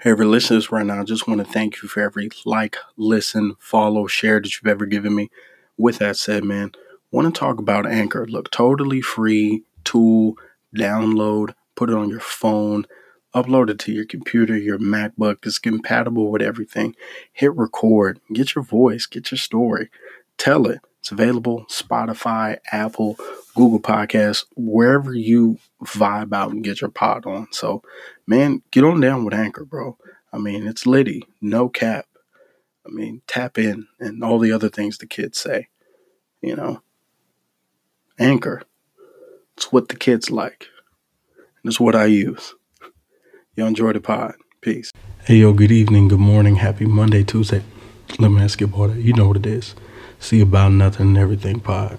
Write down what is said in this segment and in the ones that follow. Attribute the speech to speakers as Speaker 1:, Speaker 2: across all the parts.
Speaker 1: Hey, every listeners right now, I just want to thank you for every like, listen, follow, share that you've ever given me. With that said, man, want to talk about Anchor. Look, totally free tool, download, put it on your phone, upload it to your computer, your MacBook. It's compatible with everything. Hit record, get your voice, get your story, tell it. It's available Spotify, Apple, Google Podcasts, wherever you vibe out and get your pod on. So, man, get on down with Anchor, bro. I mean, it's Liddy, no cap. I mean, tap in and all the other things the kids say. You know, Anchor. It's what the kids like. And it's what I use. Y'all enjoy the pod. Peace. Hey, yo, good evening, good morning, happy Monday, Tuesday. Let me ask you about it. You know what it is. See about nothing and everything pod.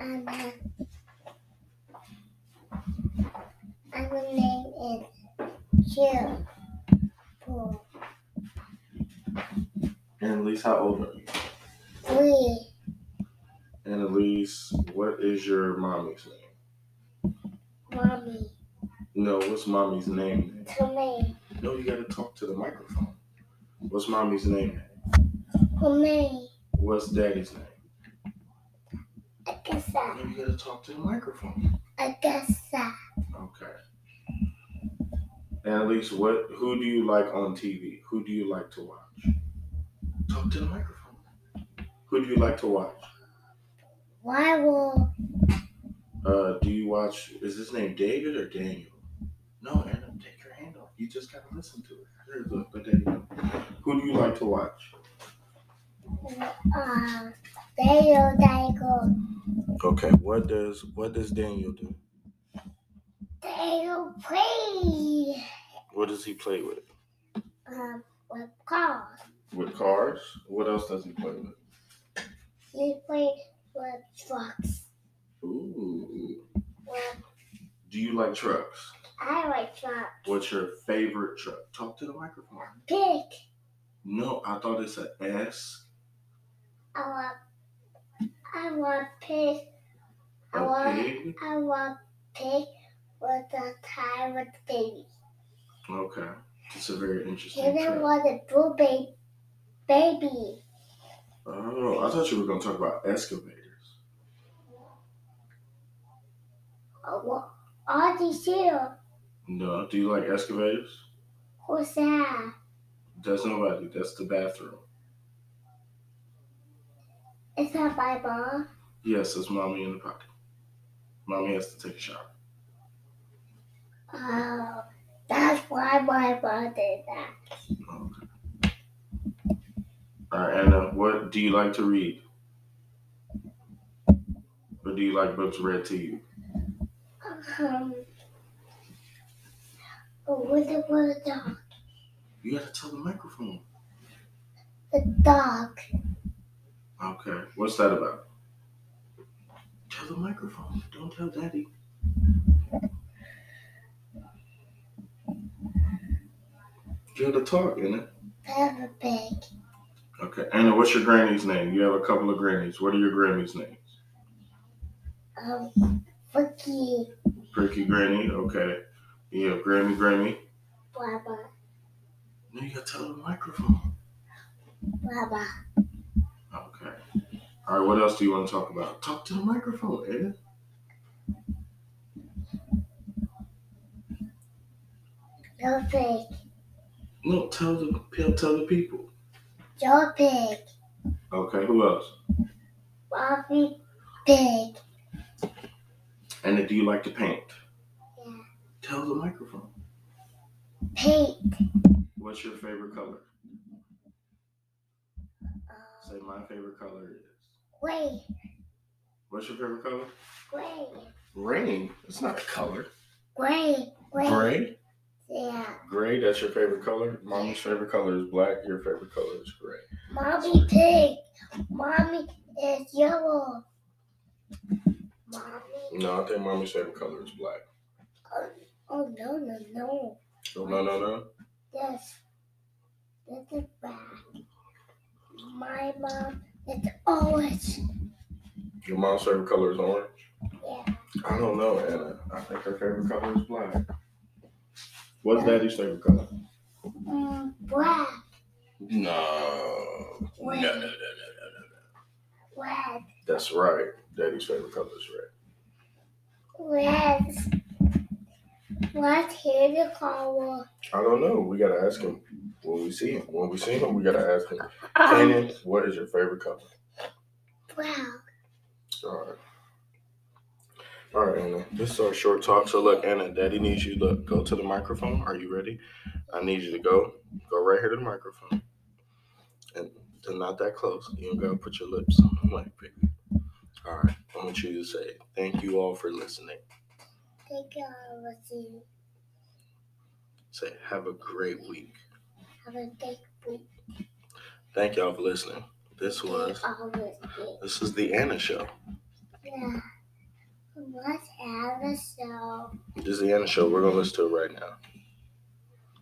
Speaker 2: Um, uh, our name is Jill. Four,
Speaker 3: Annalise, how old are you?
Speaker 2: three,
Speaker 3: Annalise, what is your mommy's name?
Speaker 2: mommy,
Speaker 3: No, what's mommy's name?
Speaker 2: to me,
Speaker 3: No, you gotta talk to the microphone. What's mommy's name?
Speaker 2: for me,
Speaker 3: What's daddy's name?
Speaker 2: I guess I,
Speaker 3: No, you gotta talk to the microphone.
Speaker 2: I guess I,
Speaker 3: Okay. Annalise, what? Who do you like on TV? Who do you like to watch? Talk to the microphone. Who do you like to watch?
Speaker 2: why will
Speaker 3: Uh, do you watch? Is his name David or Daniel? No, Anna, take your hand off. You just gotta listen to it. There, look, but there you go. Who do you like to watch?
Speaker 2: uh, Daniel Dangle,
Speaker 3: Okay, what does what does Daniel do?
Speaker 2: Daniel play,
Speaker 3: What does he play with?
Speaker 2: um, with cars.
Speaker 3: With cars. What else does he play with?
Speaker 2: He play with trucks.
Speaker 3: Ooh.
Speaker 2: Well,
Speaker 3: Do you like trucks?
Speaker 2: I like trucks.
Speaker 3: What's your favorite truck? Talk to the microphone.
Speaker 2: Pig.
Speaker 3: No, I thought it said S.
Speaker 2: I want, I want pig. I
Speaker 3: A
Speaker 2: want,
Speaker 3: pig.
Speaker 2: I want pig with a tie with the baby.
Speaker 3: Okay, it's a very interesting
Speaker 2: And I
Speaker 3: truck.
Speaker 2: want a blue ba- baby.
Speaker 3: Oh, I thought you were gonna talk about excavators.
Speaker 2: I want all these here.
Speaker 3: No. Do you like excavators?
Speaker 2: Who's that?
Speaker 3: That's nobody. That's the bathroom.
Speaker 2: Is that my mom?
Speaker 3: Yes, it's mommy in the pocket. Mommy has to take a shower.
Speaker 2: Oh, that's why my mom did that.
Speaker 3: Okay. All right, Anna. What do you like to read? Or do you like books read to you?
Speaker 2: Um, with the, with the dog.
Speaker 3: You gotta tell the microphone.
Speaker 2: The dog.
Speaker 3: Okay. What's that about? Tell the microphone. Don't tell daddy. You gotta talk, Anna.
Speaker 2: Peppa Pig.
Speaker 3: Okay, Anna, what's your granny's name? You have a couple of grannies. What are your granny's names?
Speaker 2: Um, Ricky.
Speaker 3: Perky Granny, okay. You have Grammy Grammy.
Speaker 2: Baba.
Speaker 3: Now you gotta tell the microphone.
Speaker 2: Baba.
Speaker 3: Okay. All right, what else do you want to talk about? Talk to the microphone, Anna.
Speaker 2: No pig.
Speaker 3: No, tell the tell- tell the people.
Speaker 2: Joe Pig.
Speaker 3: Okay, who else?
Speaker 2: Bobby Pig.
Speaker 3: Anna, do you like to paint?
Speaker 2: Yeah.
Speaker 3: Tell the microphone.
Speaker 2: Paint.
Speaker 3: What's your favorite color?
Speaker 2: Uh,
Speaker 3: Say my favorite color is.
Speaker 2: gray.
Speaker 3: What's your favorite color?
Speaker 2: Gray.
Speaker 3: Rain. It's not a color.
Speaker 2: Wait, wait.
Speaker 3: Gray.
Speaker 2: Yeah.
Speaker 3: Gray. That's your favorite color. Mommy's favorite color is black. Your favorite color is gray.
Speaker 2: Mommy pig. Mommy is yellow. Mommy.
Speaker 3: No, I think mommy's favorite color is black.
Speaker 2: Oh, no, no, no.
Speaker 3: Oh, no, no, no.
Speaker 2: Yes. This is bad. My mom is always.
Speaker 3: Your mom's favorite color is orange.
Speaker 2: Yeah.
Speaker 3: I don't know, Anna. I think her favorite color is black. What's daddy's favorite color?
Speaker 2: Mm, black.
Speaker 3: No. No, no, no, no, no, no.
Speaker 2: Red.
Speaker 3: That's right. Daddy's favorite color is red.
Speaker 2: Red. Let's hear the color.
Speaker 3: I don't know. We gotta ask him when we see him. When we see him, we gotta ask him.
Speaker 2: Um,
Speaker 3: Kanan, what is your favorite color?
Speaker 2: brown.
Speaker 3: All right. All right, Anna. This is our short talk. So look, Anna, Daddy needs you. Look, go to the microphone. Are you ready? I need you to go, go right here to the microphone, and they're not that close. You don't gotta put your lips on the mic, baby. All right. I want you to say thank you all for listening.
Speaker 2: Thank you all for listening.
Speaker 3: Say have a great week.
Speaker 2: Have a good week.
Speaker 3: Thank y'all for listening. This was
Speaker 2: All listening.
Speaker 3: this is the Anna Show.
Speaker 2: Yeah. Let's have a show.
Speaker 3: This is the Anna Show. We're gonna listen to it right now.